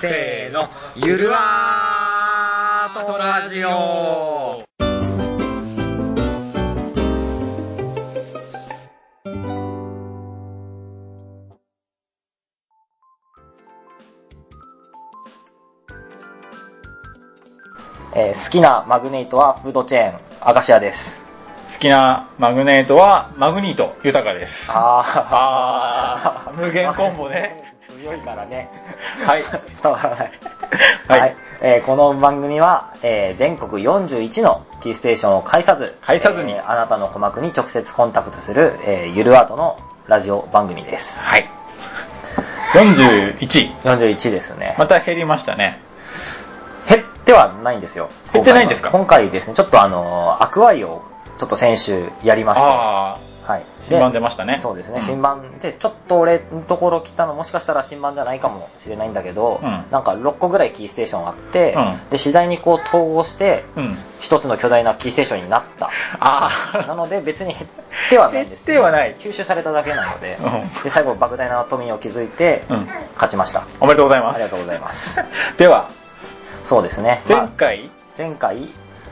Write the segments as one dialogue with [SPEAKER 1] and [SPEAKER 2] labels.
[SPEAKER 1] せーの、ゆるわーとラジオ
[SPEAKER 2] えー好きなマグネイトはフードチェーンアカシアです
[SPEAKER 3] 好きなマグネートはマグニート豊かです
[SPEAKER 2] あ
[SPEAKER 3] あー無限コンボね
[SPEAKER 2] 強いからね
[SPEAKER 3] はい
[SPEAKER 2] そうはい、
[SPEAKER 3] はい
[SPEAKER 2] えーこの番組は、えー全国41の T ステーションを介さず
[SPEAKER 3] 介さずに
[SPEAKER 2] えーあなたの鼓膜に直接コンタクトする、えーゆるアートのラジオ番組です
[SPEAKER 3] はい41
[SPEAKER 2] 41ですね、
[SPEAKER 3] また減りましたね
[SPEAKER 2] 減ってはないんですよ
[SPEAKER 3] 減ってないんですか
[SPEAKER 2] 今回は今回ですねちょっとあのーアクアイをちょっと先週やりまして
[SPEAKER 3] ああ
[SPEAKER 2] はい、
[SPEAKER 3] 新版出ましたね
[SPEAKER 2] そうですね、
[SPEAKER 3] うん
[SPEAKER 2] 新版でちょっと俺のところ来たのもしかしたら新版じゃないかもしれないんだけど、
[SPEAKER 3] うん
[SPEAKER 2] なんか6個ぐらいキーステーションあって、
[SPEAKER 3] うん
[SPEAKER 2] で次第にこう統合して
[SPEAKER 3] うん
[SPEAKER 2] 一つの巨大なキーステーションにな ったな
[SPEAKER 3] あ
[SPEAKER 2] ので別に減ってはないんですけど
[SPEAKER 3] 減ってはない
[SPEAKER 2] 吸収されただけなので,、
[SPEAKER 3] うん
[SPEAKER 2] で最後莫大な富を築いて
[SPEAKER 3] うん
[SPEAKER 2] 勝ちました、
[SPEAKER 3] おめでとうございます
[SPEAKER 2] ありがとうございます
[SPEAKER 3] では
[SPEAKER 2] そうですね、ま
[SPEAKER 3] 前
[SPEAKER 2] あ
[SPEAKER 3] 回、
[SPEAKER 2] 前回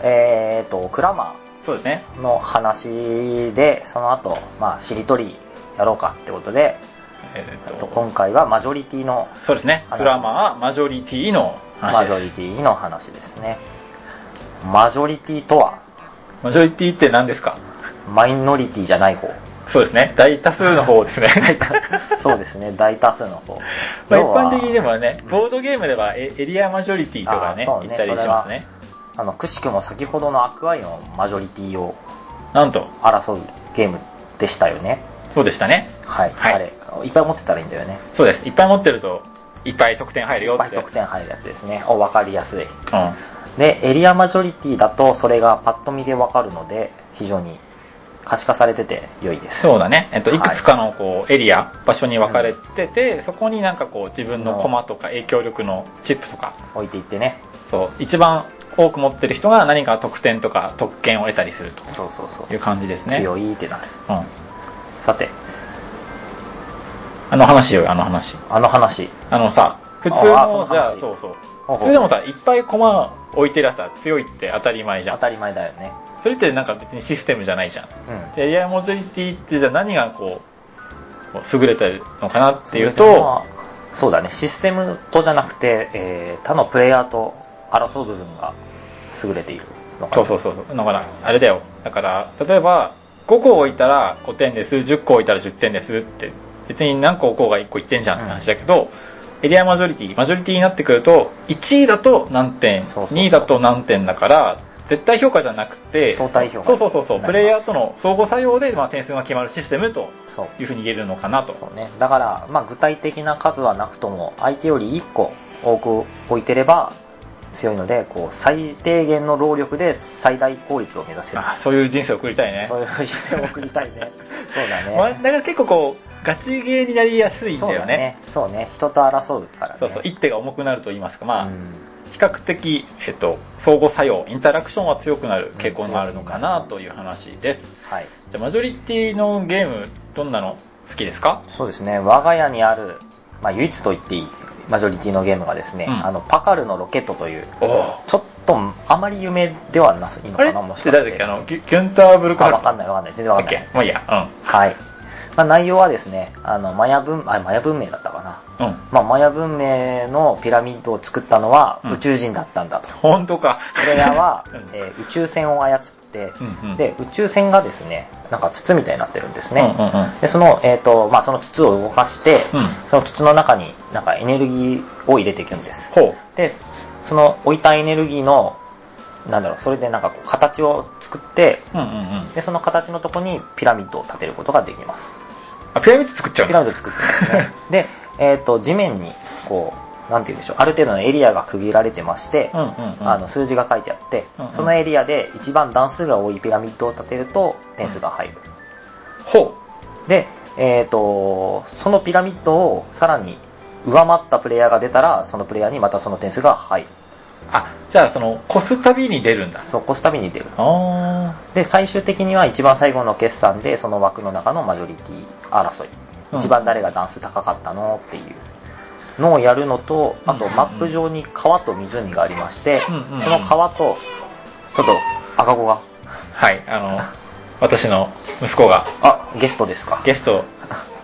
[SPEAKER 2] えっ、とクラマ
[SPEAKER 3] そうですね
[SPEAKER 2] ーの話でその後、まあしりとりやろうかってことで
[SPEAKER 3] えーっ
[SPEAKER 2] と
[SPEAKER 3] と
[SPEAKER 2] 今回はマジョリティの
[SPEAKER 3] そうですね
[SPEAKER 2] 話
[SPEAKER 3] クラマーマジョリティの
[SPEAKER 2] マ
[SPEAKER 3] 話
[SPEAKER 2] ジ
[SPEAKER 3] で
[SPEAKER 2] ョリ
[SPEAKER 3] す
[SPEAKER 2] ティの話ですねマジョリティとは
[SPEAKER 3] マジョリティって何ですか
[SPEAKER 2] マイノリティじゃ ない方
[SPEAKER 3] そうですね大多数の方ですね
[SPEAKER 2] そうですね大多数の方
[SPEAKER 3] まあ、一
[SPEAKER 2] 要は
[SPEAKER 3] 般的にでもね
[SPEAKER 2] うん、
[SPEAKER 3] ボードゲームではエエリアマジョリティとか
[SPEAKER 2] あー
[SPEAKER 3] ね、
[SPEAKER 2] そう
[SPEAKER 3] 言
[SPEAKER 2] ね
[SPEAKER 3] ったりしますね。
[SPEAKER 2] あのくしくも先ほどのアクアイのマジョリティを
[SPEAKER 3] なんと、
[SPEAKER 2] 争うゲームでしたよね
[SPEAKER 3] そうでしたね。
[SPEAKER 2] はい、
[SPEAKER 3] はい
[SPEAKER 2] あれいっぱい持ってたらいいんだよね
[SPEAKER 3] そうです。いっぱい持ってると、いっぱい得点入る
[SPEAKER 2] い
[SPEAKER 3] よ
[SPEAKER 2] っ
[SPEAKER 3] っ
[SPEAKER 2] ぱい
[SPEAKER 3] て。
[SPEAKER 2] 得点入るやつですねお分かりやすい
[SPEAKER 3] うん。
[SPEAKER 2] でエリアマジョリティだとそれがパッと見で分かるので非常に可視化されてて良いです
[SPEAKER 3] そうだね。えっと、
[SPEAKER 2] はい
[SPEAKER 3] いくつかのこう、エリア、場所に分かれてて、そこになんかこう、自分のコマとか影響力のチップとか、
[SPEAKER 2] 置いていってね
[SPEAKER 3] そう、一番多く持ってる人が何か得点とか特権を得たりすると
[SPEAKER 2] そうそうそう
[SPEAKER 3] いう感じですね。
[SPEAKER 2] 強いってなる
[SPEAKER 3] うん。
[SPEAKER 2] さて
[SPEAKER 3] あの話よ、あの話。
[SPEAKER 2] あの話
[SPEAKER 3] あのさ、普通
[SPEAKER 2] あーその
[SPEAKER 3] の、
[SPEAKER 2] 話
[SPEAKER 3] じゃあ、そうそう。
[SPEAKER 2] ほうほう
[SPEAKER 3] 普通でもさ、いっぱい駒置いてるやつは強いって当たり前じゃ
[SPEAKER 2] 当
[SPEAKER 3] ん。
[SPEAKER 2] たり前だよね
[SPEAKER 3] それってなんか別にシステムじゃないじゃん。
[SPEAKER 2] うん
[SPEAKER 3] エリアモジョリティってじゃあ何がこう、こう優れてるのかなっていう
[SPEAKER 2] それ
[SPEAKER 3] と、
[SPEAKER 2] はそうだねシステムとじゃなくて、えー他のプレイヤーと争う部分が優れているのか
[SPEAKER 3] そ
[SPEAKER 2] な
[SPEAKER 3] うそうそうそう、のかな、あれだよ。だから、例えば、5個置いたら5点です、10個置いたら10点ですって、別に何個置こうが1個1点じゃんって話だけど、エリアマジョリティ、マジョリティになってくると、1位だと何点、
[SPEAKER 2] そうそうそう
[SPEAKER 3] 2位だと何点だから、絶対評価じゃなくて、
[SPEAKER 2] 相対評価
[SPEAKER 3] そうそうそうそう、
[SPEAKER 2] になります
[SPEAKER 3] プレイヤーとの相互作用で、まあ、点数が決まるシステムと
[SPEAKER 2] そう
[SPEAKER 3] いうふうに言えるのかなと。
[SPEAKER 2] そうねだから、まあ、具体的な数はなくとも相手より1個多く置いてれば強いのでこう最低限の労力で最大効率を目指せる
[SPEAKER 3] あーそういう人生を送りたいね。
[SPEAKER 2] そういう姿勢を送りたい ねそうだね、
[SPEAKER 3] まあだから結構こうガチゲーになりやすいん
[SPEAKER 2] そう
[SPEAKER 3] だ
[SPEAKER 2] だ
[SPEAKER 3] よ
[SPEAKER 2] ね
[SPEAKER 3] ね
[SPEAKER 2] そうね人と争うからね
[SPEAKER 3] そうそう一手が重くなると言いますかまあ、
[SPEAKER 2] うん
[SPEAKER 3] 比較的、えっと相互作用インタラクションは強くなる傾向があるのかな
[SPEAKER 2] うん
[SPEAKER 3] という話です
[SPEAKER 2] はい
[SPEAKER 3] じゃあマジョリティのゲームどんなの好きですか
[SPEAKER 2] そうですね我が家にある、まあ、唯一と言っていいマジョリティのゲームがですね、
[SPEAKER 3] うん
[SPEAKER 2] あのパカルのロケットという
[SPEAKER 3] おお
[SPEAKER 2] ちょっとあまり有名ではなすいいの
[SPEAKER 3] あれ
[SPEAKER 2] かな
[SPEAKER 3] っ
[SPEAKER 2] もしてか
[SPEAKER 3] 誰
[SPEAKER 2] し
[SPEAKER 3] だっけあ
[SPEAKER 2] て
[SPEAKER 3] のギュギュンター・ブルク
[SPEAKER 2] あわかん
[SPEAKER 3] ない
[SPEAKER 2] ないわかんない全然わかんない、
[SPEAKER 3] もういいや
[SPEAKER 2] はい、まあ、内容はですねあのマヤ文あマヤ文明だったかな、
[SPEAKER 3] うんうん
[SPEAKER 2] まあ、マヤ文明のピラミッドを作ったのは
[SPEAKER 3] うん
[SPEAKER 2] 宇宙人だったんだと、
[SPEAKER 3] 本当か、
[SPEAKER 2] プレイヤーは
[SPEAKER 3] うん
[SPEAKER 2] えー宇宙船を操って、
[SPEAKER 3] うんうん
[SPEAKER 2] で宇宙船がですねなんか筒みたいになってるんです
[SPEAKER 3] うん
[SPEAKER 2] ね、
[SPEAKER 3] うんうん
[SPEAKER 2] でその、えーとまあ、その筒を動かして、
[SPEAKER 3] うん
[SPEAKER 2] その筒の中になんかエネルギーを入れていくんです
[SPEAKER 3] ほ
[SPEAKER 2] でその置いたエネルギーのなんだろうそれでなんかこう形を作って
[SPEAKER 3] ううんうんうん
[SPEAKER 2] でその形のとこにピラミッドを建てることができます
[SPEAKER 3] あピラミッド作っちゃう
[SPEAKER 2] ピラミッドを作ってます ねで、えー、と地面にこうなんて言うんでしょうある程度のエリアが区切られてまして、
[SPEAKER 3] うんうんうん
[SPEAKER 2] あの数字が書いてあって、
[SPEAKER 3] うんうん
[SPEAKER 2] そのエリアで一番段数が多いピラミッドを建てると点数が入る、
[SPEAKER 3] ほ
[SPEAKER 2] で、えー、とそのピラミッドをさらに上回ったプレイヤーが出たらそのプレイヤーにまたその点数が入る
[SPEAKER 3] うあじゃあその越すたびに出るんだ
[SPEAKER 2] そう越すたびに出る
[SPEAKER 3] あ
[SPEAKER 2] で最終的には一番最後の決算でその枠の中のマジョリティ争い、
[SPEAKER 3] うん
[SPEAKER 2] 一番誰が段数高かったのっていうのをやるのとあと
[SPEAKER 3] うんうんうん
[SPEAKER 2] マップ上に川と湖がありまして、
[SPEAKER 3] うんうんうん
[SPEAKER 2] その川とちょっと赤子が
[SPEAKER 3] はい、あの、私の息子が、
[SPEAKER 2] あゲストですか
[SPEAKER 3] ゲスト、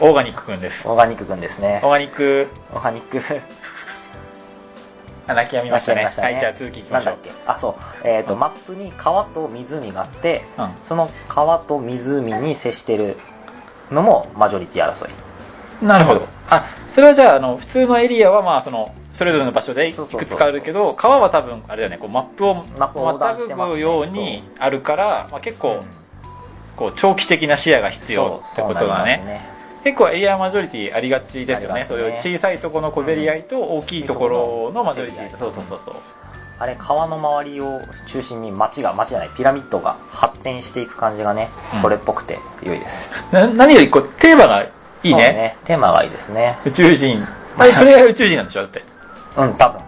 [SPEAKER 3] オーガニックくんです。
[SPEAKER 2] オーガニックくんですね
[SPEAKER 3] オーガニック、
[SPEAKER 2] オーガニック
[SPEAKER 3] あ泣きやみましたね。はい、じゃあ続きいきましょ
[SPEAKER 2] な
[SPEAKER 3] う
[SPEAKER 2] ん。だっけあそうえっ、と、
[SPEAKER 3] うん
[SPEAKER 2] マップに川と湖があって、
[SPEAKER 3] うん
[SPEAKER 2] その川と湖に接してるのもマジョリティ争い
[SPEAKER 3] なるほど。あ、それはじゃあ、あの、普通のエリアは、まあ、その、それぞれの場所でい
[SPEAKER 2] そうそうそう
[SPEAKER 3] くつかあるけど、川は多分、あれだよね、こう、マップを、
[SPEAKER 2] マップを横断してますね
[SPEAKER 3] ぐようにあるから、まあ、結構、こう、長期的な視野が必要ってことだね。結構エリアマジョリティありがちですよ
[SPEAKER 2] あり
[SPEAKER 3] ね。
[SPEAKER 2] がち
[SPEAKER 3] そ
[SPEAKER 2] ね
[SPEAKER 3] ういう小さいところの小競り合いと大きいところのマジョリティ。
[SPEAKER 2] うん
[SPEAKER 3] そうそうそうそう。
[SPEAKER 2] あれ川の周りを中心に町が町じゃないピラミッドが発展していく感じがね、
[SPEAKER 3] うん
[SPEAKER 2] それっぽくて良いです
[SPEAKER 3] な何よりこうテーマがいいね
[SPEAKER 2] そうテーマがいいですね
[SPEAKER 3] 宇宙人あれそれが宇宙人なんでしょ だって
[SPEAKER 2] うん多分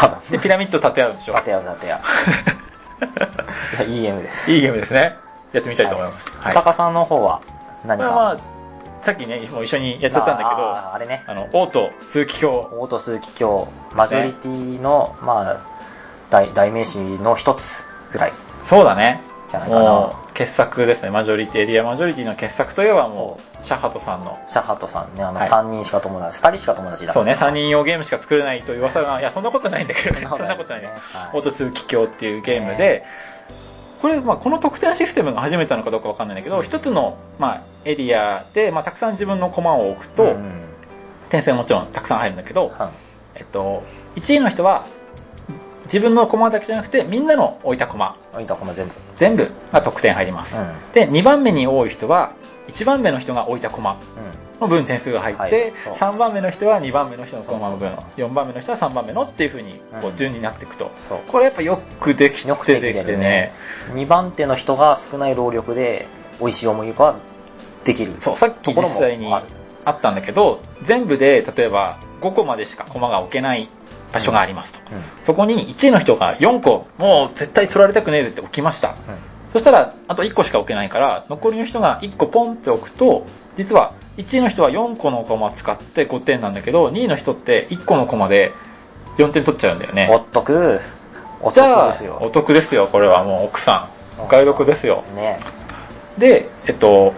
[SPEAKER 2] 多分
[SPEAKER 3] でピラミッド建てあるんでしょ
[SPEAKER 2] 立てや立てやいや EM です
[SPEAKER 3] いいゲームですねやってみたいと思います、はい
[SPEAKER 2] タカさんの方は
[SPEAKER 3] こ
[SPEAKER 2] 何
[SPEAKER 3] れ
[SPEAKER 2] か
[SPEAKER 3] はまあさっきねもう一緒にやっちゃったんだけど
[SPEAKER 2] あーあれね
[SPEAKER 3] あの王と通気鏡
[SPEAKER 2] オート数奇鏡マジョリティの、まあ代代名詞の一つぐらい
[SPEAKER 3] そうだね
[SPEAKER 2] じゃないかな
[SPEAKER 3] もう傑作ですねマジョリティエリアマジョリティの傑作といえばもうシャハトさんの
[SPEAKER 2] シャハトさんねあの
[SPEAKER 3] はい
[SPEAKER 2] 3人しか友達、二2人しか友達だ
[SPEAKER 3] そうね3人用ゲームしか作れないという噂がいやそんなことないんだけどね
[SPEAKER 2] そ
[SPEAKER 3] そ
[SPEAKER 2] ん
[SPEAKER 3] ん
[SPEAKER 2] な
[SPEAKER 3] な
[SPEAKER 2] こ
[SPEAKER 3] ことと
[SPEAKER 2] な
[SPEAKER 3] ないい
[SPEAKER 2] ね
[SPEAKER 3] ね
[SPEAKER 2] はい
[SPEAKER 3] 音通気鏡っていうゲームでこれ、まあ、この得点システムが初めてなのかどうかわかんないんだけど一つの、まあ、エリアで、まあ、たくさん自分のコマを置くと、
[SPEAKER 2] うん
[SPEAKER 3] 点数はもちろんたくさん入るんだけど、
[SPEAKER 2] はい
[SPEAKER 3] えっと、1位の人は自分のコマだけじゃなくてみんなの置いたコマ
[SPEAKER 2] あいいとこも全部
[SPEAKER 3] 全部が得点入ります、
[SPEAKER 2] うん
[SPEAKER 3] で2番目に多い人は1番目の人が置いたコマ
[SPEAKER 2] う
[SPEAKER 3] の分点数が入って、
[SPEAKER 2] はいそう
[SPEAKER 3] 3番目の人は2番目の人のコマの分
[SPEAKER 2] そうそう
[SPEAKER 3] 4番目の人は3番目のっていうふうにこ
[SPEAKER 2] う
[SPEAKER 3] うん順になっていくと、
[SPEAKER 2] そう
[SPEAKER 3] これやっぱよくでき
[SPEAKER 2] んよく
[SPEAKER 3] て
[SPEAKER 2] できて
[SPEAKER 3] ですね
[SPEAKER 2] るね2番手の人が少ない労力で美味しい思いができる
[SPEAKER 3] そうさっき実際に
[SPEAKER 2] ところもある
[SPEAKER 3] あったんだけど全部で例えば5個までしかコマが置けない場所がありますと、
[SPEAKER 2] うん
[SPEAKER 3] そこに1位の人が4個もう絶対取られたくねえぜって置きましたそしたらあと1個しか置けないから残りの人が1個ポンって置くと実は1位の人は4個のコマ使って5点なんだけど2位の人って1個のコマで4点取っちゃうんだよ
[SPEAKER 2] うんお
[SPEAKER 3] ね
[SPEAKER 2] っとくおっ
[SPEAKER 3] じ
[SPEAKER 2] と
[SPEAKER 3] ゃ
[SPEAKER 2] く
[SPEAKER 3] あ
[SPEAKER 2] ですよ
[SPEAKER 3] お得ですよこれはもう奥さんお買い得ですよ
[SPEAKER 2] ね
[SPEAKER 3] でえっと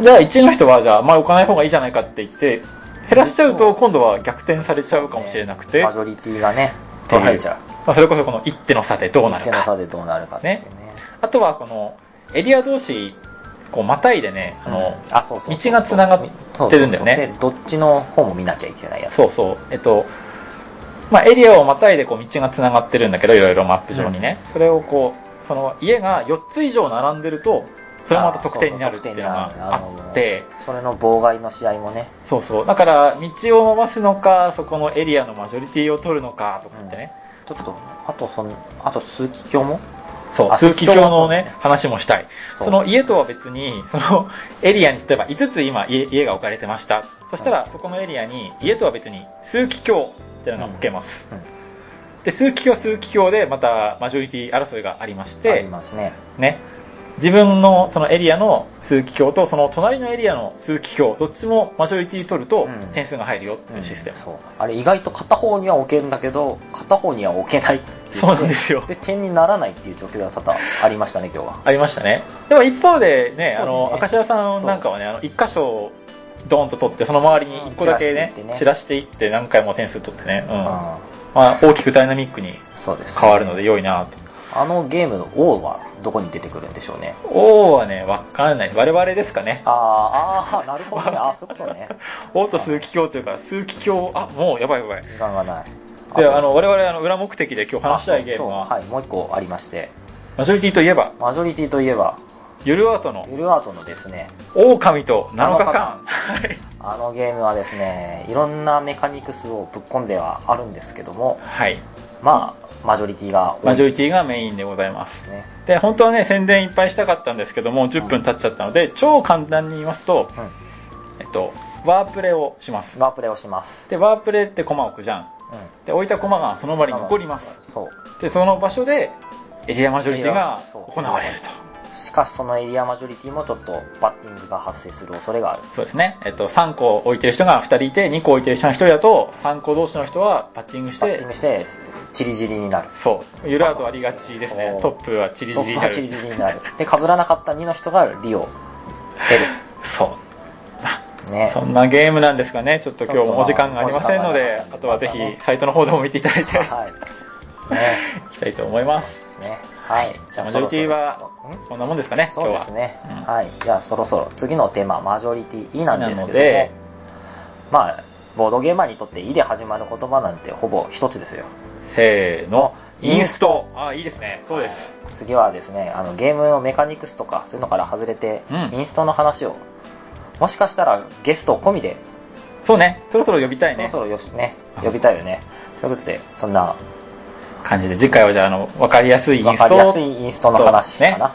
[SPEAKER 3] じゃあ1位の人はじゃああんまり置かない方がいいじゃないかって言って減らしちゃうと今度は逆転されちゃうかもしれなくて、
[SPEAKER 2] マジョリティがね
[SPEAKER 3] ってい
[SPEAKER 2] 取られちゃう
[SPEAKER 3] まあ、それこそこの一手の差でどうなる
[SPEAKER 2] 手の差
[SPEAKER 3] か
[SPEAKER 2] でどうなるかっていうね
[SPEAKER 3] あとはこのエリア同士こうまたいでねあの、
[SPEAKER 2] うんあそうそうそう
[SPEAKER 3] 道がつながってるんだ
[SPEAKER 2] そうそうそう
[SPEAKER 3] よね
[SPEAKER 2] でどっちの方も見なきゃいけないやつ
[SPEAKER 3] そうそうえっとまあエリアをまたいでこう道がつながってるんだけどいろいろマップ上にね、それをこうその家が4つ以上並んでるとそれもまた得点になるっていうのがあって
[SPEAKER 2] それの妨害の試合もね
[SPEAKER 3] そうそうだから道を伸ばすのかそこのエリアのマジョリティを取るのかとかってね、
[SPEAKER 2] ちょっとあとそのあと数奇鏡も
[SPEAKER 3] そう
[SPEAKER 2] あ
[SPEAKER 3] 通気鏡のね
[SPEAKER 2] そう
[SPEAKER 3] 話もしたい
[SPEAKER 2] そう
[SPEAKER 3] その家とは別にそのエリアに例えば5つ今家家が置かれてましたそしたらそこのエリアに家とは別に通気鏡っていうのが置けます、
[SPEAKER 2] うん
[SPEAKER 3] で通気鏡通気鏡でまたマジョリティ争いがありまし
[SPEAKER 2] あり
[SPEAKER 3] て
[SPEAKER 2] ますね
[SPEAKER 3] ね自分のそのエリアの通気鏡とその隣のエリアの通気鏡どっちもマジョリティ取ると
[SPEAKER 2] うん
[SPEAKER 3] 点数が入るよっていうシステム、
[SPEAKER 2] そうあれ意外と片方には置けるんだけど片方には置けないって言って
[SPEAKER 3] そうなんですよ
[SPEAKER 2] で点にならないっていう状況が多々ありましたね今日は
[SPEAKER 3] ありましたね。でも一方でね、あ
[SPEAKER 2] そう
[SPEAKER 3] の、
[SPEAKER 2] ね
[SPEAKER 3] 明石家さんなんかはね、あの、一箇所をドーンと取って、その周りに一個だけね
[SPEAKER 2] うん散らしていってね、
[SPEAKER 3] 散らしていって何回も点数取ってね、うん。
[SPEAKER 2] うん
[SPEAKER 3] まあ、大きくダイナミックに
[SPEAKER 2] そうです
[SPEAKER 3] 変わるので良いなと。
[SPEAKER 2] あのゲームの王はどこに出てくるんでしょうね
[SPEAKER 3] 王はね、わかんない。我々ですかね。
[SPEAKER 2] あーあーなるほど ねあーそういうことね
[SPEAKER 3] 王と数奇鏡というか、数奇鏡、あ、もうやばいやばい。
[SPEAKER 2] 時間がない
[SPEAKER 3] で、
[SPEAKER 2] と
[SPEAKER 3] あの、我々、あの、裏目的で今日話したいゲー
[SPEAKER 2] あそう
[SPEAKER 3] ム
[SPEAKER 2] 今
[SPEAKER 3] は、
[SPEAKER 2] 日はいもう一個ありまして
[SPEAKER 3] マジョリティといえば、
[SPEAKER 2] マジョリティといえば
[SPEAKER 3] ゆるアートの
[SPEAKER 2] ゆるアートのですね
[SPEAKER 3] 狼と7日間。
[SPEAKER 2] 7
[SPEAKER 3] はい
[SPEAKER 2] あのゲームはですねいろんなメカニクスをぶっ込んではあるんですけども
[SPEAKER 3] はい。
[SPEAKER 2] まあマジョリティが多
[SPEAKER 3] マ
[SPEAKER 2] い
[SPEAKER 3] ジョ
[SPEAKER 2] で
[SPEAKER 3] リティがメインでございます
[SPEAKER 2] す。ね
[SPEAKER 3] で、本当はね、宣伝いっぱいしたかったんですけども、10分経っちゃったので、超簡単に言いますと、
[SPEAKER 2] うん
[SPEAKER 3] えっと、ワープレをします。
[SPEAKER 2] ワープレイをします、
[SPEAKER 3] で、ワープレってコマ置くじゃん。
[SPEAKER 2] う
[SPEAKER 3] で、置いたコマがその場に
[SPEAKER 2] ん、
[SPEAKER 3] 残ります。
[SPEAKER 2] そう
[SPEAKER 3] で、その場所で、エリアマジョリティが
[SPEAKER 2] そう
[SPEAKER 3] 行われると。
[SPEAKER 2] しかしそのエリアマジョリティもちょっとバッティングが発生する恐れがある。
[SPEAKER 3] そうですね、えっと、3個置いてる人が2人いて2個置いてる人が1人だと3個同士の人はバッティングし
[SPEAKER 2] バッティ
[SPEAKER 3] て
[SPEAKER 2] ングして、チリジリになる。
[SPEAKER 3] そうゆるアウトありがちです
[SPEAKER 2] そ
[SPEAKER 3] ね
[SPEAKER 2] う
[SPEAKER 3] トップはチリジリにな
[SPEAKER 2] トップがチ
[SPEAKER 3] る
[SPEAKER 2] リジリになる。で、被らなかった2の人が利を
[SPEAKER 3] そう
[SPEAKER 2] 得る。ね。
[SPEAKER 3] そんなゲームなんですがねちょっと今日もお時間がありませんので
[SPEAKER 2] ちょ
[SPEAKER 3] あ
[SPEAKER 2] っ
[SPEAKER 3] と
[SPEAKER 2] とまあ
[SPEAKER 3] はぜひサイトの方でも見ていただいて、
[SPEAKER 2] はい。ね。
[SPEAKER 3] い、きたいと思います
[SPEAKER 2] ですね。はい。
[SPEAKER 3] じゃあマジョリティは
[SPEAKER 2] そろそろん
[SPEAKER 3] こんなもんですかね
[SPEAKER 2] そ
[SPEAKER 3] 今日
[SPEAKER 2] う
[SPEAKER 3] は
[SPEAKER 2] ですね、
[SPEAKER 3] うん
[SPEAKER 2] はいじゃあそろそろ次のテーママジョリティなんですけど
[SPEAKER 3] なの
[SPEAKER 2] も
[SPEAKER 3] で
[SPEAKER 2] まあボードゲーマーにとって「い」で始まる言葉なんてほぼ一つですよ
[SPEAKER 3] せーのインストあいいですねそうです
[SPEAKER 2] はい次はですねあのゲームのメカニクスとかそういうのから外れて、
[SPEAKER 3] うん
[SPEAKER 2] インストの話をもしかしたらゲスト込みで、
[SPEAKER 3] そうねそろそろ呼びたい
[SPEAKER 2] そ
[SPEAKER 3] ね
[SPEAKER 2] ろそろよしね呼びたいよねということでそんな
[SPEAKER 3] 感じで次回はじゃああの分かりやすいイン
[SPEAKER 2] 分
[SPEAKER 3] スト
[SPEAKER 2] かりやすいインストの話かな、
[SPEAKER 3] ね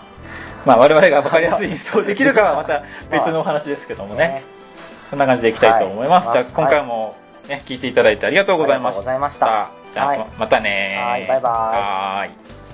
[SPEAKER 3] まあ、我々が分かりや すい演奏できるかはまた別のお話ですけどもね、そんな感じでいきたいと思います。
[SPEAKER 2] はい
[SPEAKER 3] じゃあ、今回も、ね、聞いていただいてありがとうございました。
[SPEAKER 2] ありがとうございました
[SPEAKER 3] じゃあ、
[SPEAKER 2] はい
[SPEAKER 3] またねー
[SPEAKER 2] はいバイバイ
[SPEAKER 3] はーい